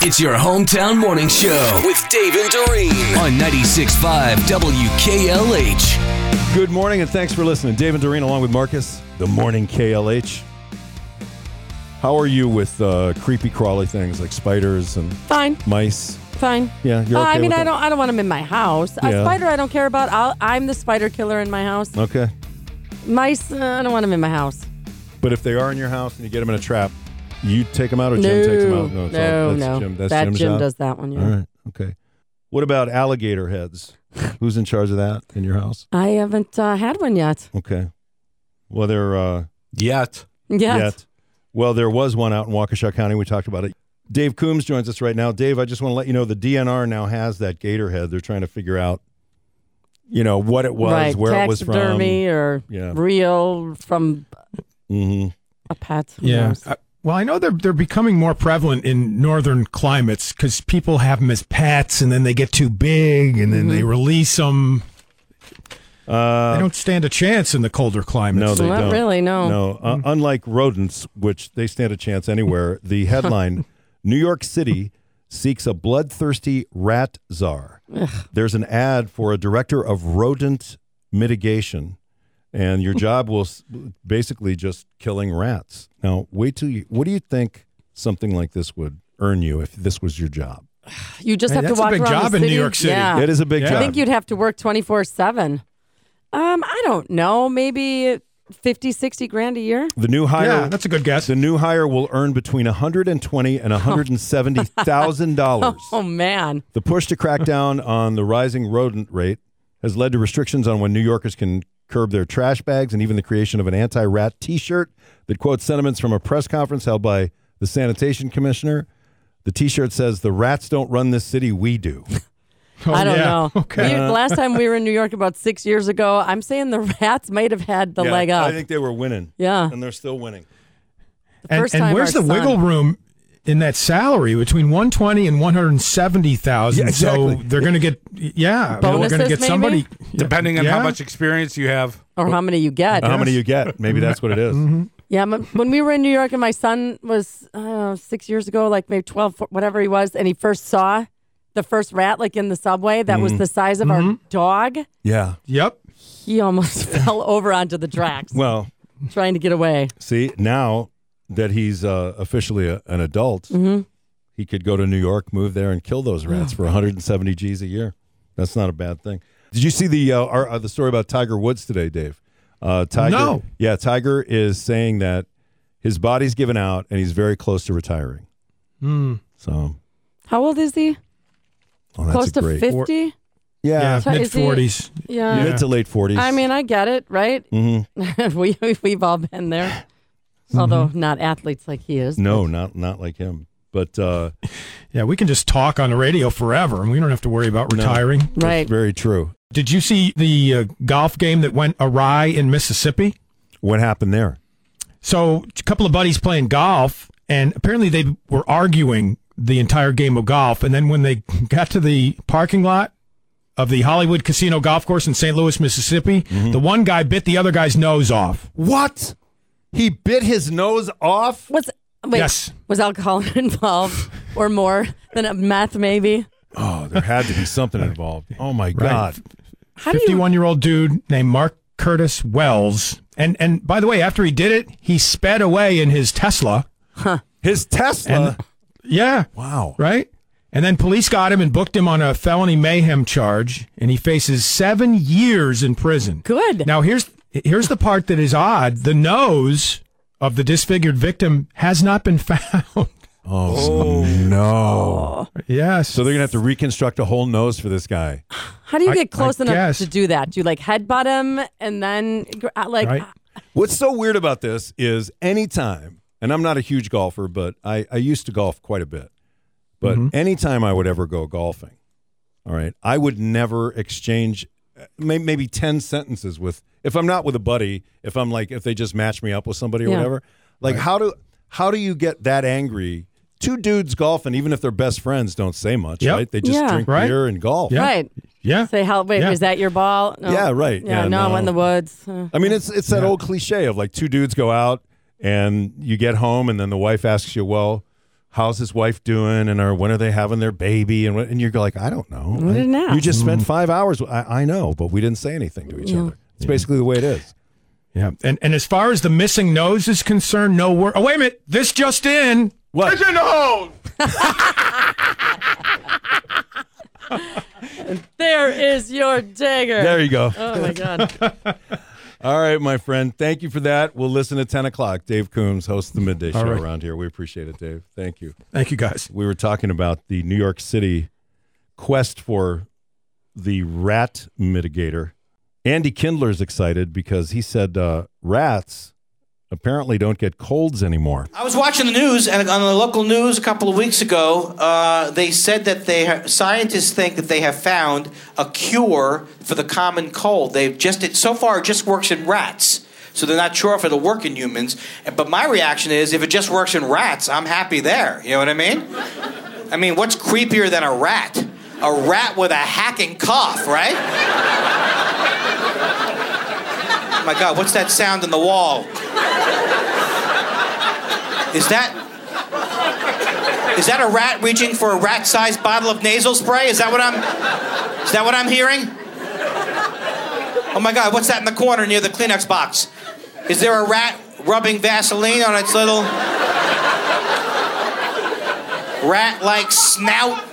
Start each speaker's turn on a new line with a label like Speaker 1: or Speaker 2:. Speaker 1: It's your hometown morning show
Speaker 2: with Dave and Doreen.
Speaker 1: on 96.5 WKLH.
Speaker 3: Good morning, and thanks for listening. Dave and Doreen, along with Marcus, the morning KLH. How are you with uh, creepy crawly things like spiders and
Speaker 4: Fine,
Speaker 3: mice?
Speaker 4: fine.
Speaker 3: Yeah, you're
Speaker 4: Uh,
Speaker 3: okay
Speaker 4: I mean,
Speaker 3: with
Speaker 4: I
Speaker 3: it?
Speaker 4: don't. I don't want them in my house.
Speaker 3: Yeah.
Speaker 4: A spider, I don't care about. I'll, I'm the spider killer in my house.
Speaker 3: Okay.
Speaker 4: Mice, uh, I don't want them in my house.
Speaker 3: But if they are in your house and you get them in a trap, you take them out or Jim takes them out?
Speaker 4: no,
Speaker 3: it's
Speaker 4: no.
Speaker 3: all- that's
Speaker 4: no.
Speaker 3: Jim. That's
Speaker 4: that
Speaker 3: Jim's
Speaker 4: Jim
Speaker 3: job.
Speaker 4: does that one. Yeah.
Speaker 3: All right. Okay. What about alligator heads? Who's in charge of that in your house?
Speaker 4: I haven't uh, had one yet.
Speaker 3: Okay. Well, they're. Uh,
Speaker 2: Yet.
Speaker 4: Yes.
Speaker 3: yet. Well, there was one out in Waukesha County. We talked about it. Dave Coombs joins us right now. Dave, I just want to let you know the DNR now has that gator head. They're trying to figure out, you know, what it was,
Speaker 4: right.
Speaker 3: where it was from.
Speaker 4: Taxidermy or
Speaker 3: Yeah.
Speaker 4: real from
Speaker 3: Mhm.
Speaker 4: a pet. Who
Speaker 5: Yeah.
Speaker 4: knows?
Speaker 5: I- well, I know they're they're becoming more prevalent in northern climates because people have them as pets, and then they get too big, and then they release them.
Speaker 3: Mm-hmm. Uh,
Speaker 5: they don't stand a chance in the colder
Speaker 3: no,
Speaker 5: climates.
Speaker 3: they
Speaker 4: Not
Speaker 3: don't.
Speaker 4: really, no.
Speaker 3: No,
Speaker 5: Hmm.
Speaker 3: uh, unlike rodents, which they stand a chance anywhere. The headline: New York City seeks a bloodthirsty rat czar. There's an ad for a director of rodent mitigation, and your job will s- basically just killing rats. Now, wait till you. What do you think something like this would earn you if this was your job?
Speaker 4: You just
Speaker 5: Hey,
Speaker 4: have
Speaker 5: that's
Speaker 4: to
Speaker 5: a
Speaker 4: walk
Speaker 5: big
Speaker 4: around
Speaker 5: job
Speaker 4: the
Speaker 5: in
Speaker 4: city.
Speaker 5: New York City.
Speaker 4: Yeah.
Speaker 3: It is a big
Speaker 5: Yeah.
Speaker 3: job.
Speaker 4: Uh, I think you'd have to work 24 7. Um, I don't know. Maybe 50, 60 grand a year.
Speaker 3: the new hire.
Speaker 5: Yeah, that's a good guess.
Speaker 3: the new hire will earn between 120 and 170 thousand dollars.
Speaker 4: Oh, man.
Speaker 3: The push to crack down on the rising rodent rate has led to restrictions on when New Yorkers can curb their trash bags and even the creation of an anti rat t shirt that quotes sentiments from a press conference held by the sanitation commissioner. The t shirt says, The rats don't run this city, we do.
Speaker 5: Oh,
Speaker 4: I don't
Speaker 5: yeah.
Speaker 4: know.
Speaker 5: Okay.
Speaker 4: We- last time we were in New York about six years ago, I'm saying the rats might have had the leg up.
Speaker 3: I think they were winning.
Speaker 4: yeah.
Speaker 3: And they're still winning.
Speaker 5: and,
Speaker 4: first
Speaker 5: and
Speaker 4: time
Speaker 5: where's
Speaker 4: our
Speaker 5: the wiggle
Speaker 4: son-
Speaker 5: room in that salary between one twenty and one hundred seventy thousand?
Speaker 3: Yeah,
Speaker 5: So
Speaker 3: exactly.
Speaker 5: they're going to get yeah, they're
Speaker 4: Bonuses,
Speaker 5: going to get
Speaker 4: maybe?
Speaker 5: somebody
Speaker 6: depending on how
Speaker 5: Yeah.
Speaker 6: much experience you have.
Speaker 4: Or how many you get.
Speaker 5: Uh-huh.
Speaker 3: How many you get? Maybe that's what it is.
Speaker 4: Yeah, m- when we were in New York and my son was I don't know, six years ago, like maybe 12, fo- whatever he was, and he first saw the first rat like in the subway that
Speaker 5: Mm-hmm.
Speaker 4: was the size of our dog,
Speaker 3: Yeah.
Speaker 5: Yep.
Speaker 4: he almost fell over onto the tracks
Speaker 3: Well,
Speaker 4: trying to get away.
Speaker 3: see, now that he's uh, officially a, an adult,
Speaker 4: Mm-hmm.
Speaker 3: he could go to New York, move there, and kill those
Speaker 4: Oh.
Speaker 3: rats for 170 G's a year. That's not a bad thing. Did you see the uh, our, uh, the story about Tiger Woods today, Dave? Uh, Tiger,
Speaker 5: No.
Speaker 3: yeah, Tiger is saying that his body's given out and he's very close to retiring.
Speaker 5: Hmm.
Speaker 3: So, oh,
Speaker 4: How old is he?
Speaker 3: that's
Speaker 4: Close
Speaker 3: a
Speaker 4: to
Speaker 3: great,
Speaker 4: 50?
Speaker 5: Yeah,
Speaker 3: yeah,
Speaker 4: So
Speaker 5: mid
Speaker 4: is he-
Speaker 5: forties.
Speaker 4: Yeah.
Speaker 3: mid to late 40s.
Speaker 4: I mean, I get it, right?
Speaker 3: Mhm.
Speaker 4: we, we've all been there, although not athletes like he is.
Speaker 3: Mm-hmm. no, not not like him, but uh,
Speaker 5: Yeah, we can just talk on the radio forever, and we don't have to worry about retiring.
Speaker 4: Right.
Speaker 3: very true.
Speaker 5: Did you see the uh, golf game that went awry in Mississippi?
Speaker 3: What happened there?
Speaker 5: So a couple of buddies playing golf, and apparently they were arguing the entire game of golf. And then when they got to the parking lot of the Hollywood Casino Golf Course in St. Louis, Mississippi, the one guy bit the other guy's nose off.
Speaker 3: What? He bit his nose off.
Speaker 4: Was wait,
Speaker 5: Yes.
Speaker 4: was alcohol involved or more than a meth maybe?
Speaker 3: Oh, there had to be something involved. Oh my God.
Speaker 4: How do you
Speaker 5: Fifty-one-year-old dude named Mark Curtis Wells. And and by the way, after he did it, he sped away in his Tesla.
Speaker 3: His Tesla.
Speaker 5: Yeah.
Speaker 3: wow.
Speaker 5: right? And then police got him and booked him on a felony mayhem charge, and he faces seven years in prison.
Speaker 4: good?
Speaker 5: Now here's here's the part that is odd: the nose of the disfigured victim has not been found.
Speaker 3: Oh, no.
Speaker 5: yes.
Speaker 3: So they're going to have to reconstruct a whole nose for this guy.
Speaker 4: How do you
Speaker 5: I-
Speaker 4: get close
Speaker 5: I
Speaker 4: enough
Speaker 5: guess.
Speaker 4: to do that? Do you like headbutt him and then gr- uh, like
Speaker 5: Right.
Speaker 3: What's so weird about this is anytime, and I'm not a huge golfer, but I, I used to golf quite a bit. But
Speaker 5: Mm-hmm.
Speaker 3: anytime I would ever go golfing, all right, I would never exchange uh, may, maybe 10 sentences with, if I'm not with a buddy, if I'm like, if they just match me up with somebody or
Speaker 4: Yeah.
Speaker 3: whatever. Like, how do how do you get that angry? Two dudes golfing, even if they're best friends, don't say much,
Speaker 5: Yep.
Speaker 3: right? They just
Speaker 4: Yeah.
Speaker 3: drink
Speaker 5: Right.
Speaker 3: beer and golf.
Speaker 5: Yeah.
Speaker 4: right?
Speaker 5: yeah.
Speaker 4: Say help. Wait,
Speaker 5: Yeah.
Speaker 4: is that your ball? No.
Speaker 3: Yeah, right.
Speaker 4: Yeah,
Speaker 3: Yeah,
Speaker 4: no, I'm
Speaker 3: no.
Speaker 4: in the woods. Uh,
Speaker 3: I mean, it's it's that old cliche of like two dudes go out and you get home and then the wife asks you, "Well, how's his wife doing and or when are they having their baby and what, and you're like I don't know.
Speaker 4: We didn't
Speaker 3: I-
Speaker 4: ask.
Speaker 3: you just spent five hours. I, I know, but we didn't say anything to each other. It's basically the way it is.
Speaker 5: Yeah. And and as far as the missing nose is concerned, no word. Oh wait a minute, this just in.
Speaker 3: What?
Speaker 4: There is your dagger.
Speaker 3: There you go.
Speaker 4: oh my god.
Speaker 3: All right, my friend. Thank you for that. We'll listen at ten o'clock. Dave Coombs hosts the midday show
Speaker 5: right.
Speaker 3: around here. We appreciate it, Dave. Thank you.
Speaker 5: Thank you guys.
Speaker 3: we were talking about the New York City quest for the rat mitigator. Andy Kindler's excited because he said uh, rats apparently don't get colds anymore.
Speaker 7: I was watching the news, and on the local news a couple of weeks ago, uh, they said that they ha- scientists think that they have found a cure for the common cold. They've just it so far it just works in rats, so they're not sure if it'll work in humans. But my reaction is, if it just works in rats, I'm happy there. You know what I mean? I mean, what's creepier than a rat? A rat with a hacking cough, right? my God, what's that sound in the wall? Is that is that a rat reaching for a rat-sized bottle of nasal spray? Is that what I'm is that what I'm hearing? Oh my God! What's that in the corner near the Kleenex box? Is there a rat rubbing Vaseline on its little rat-like snout?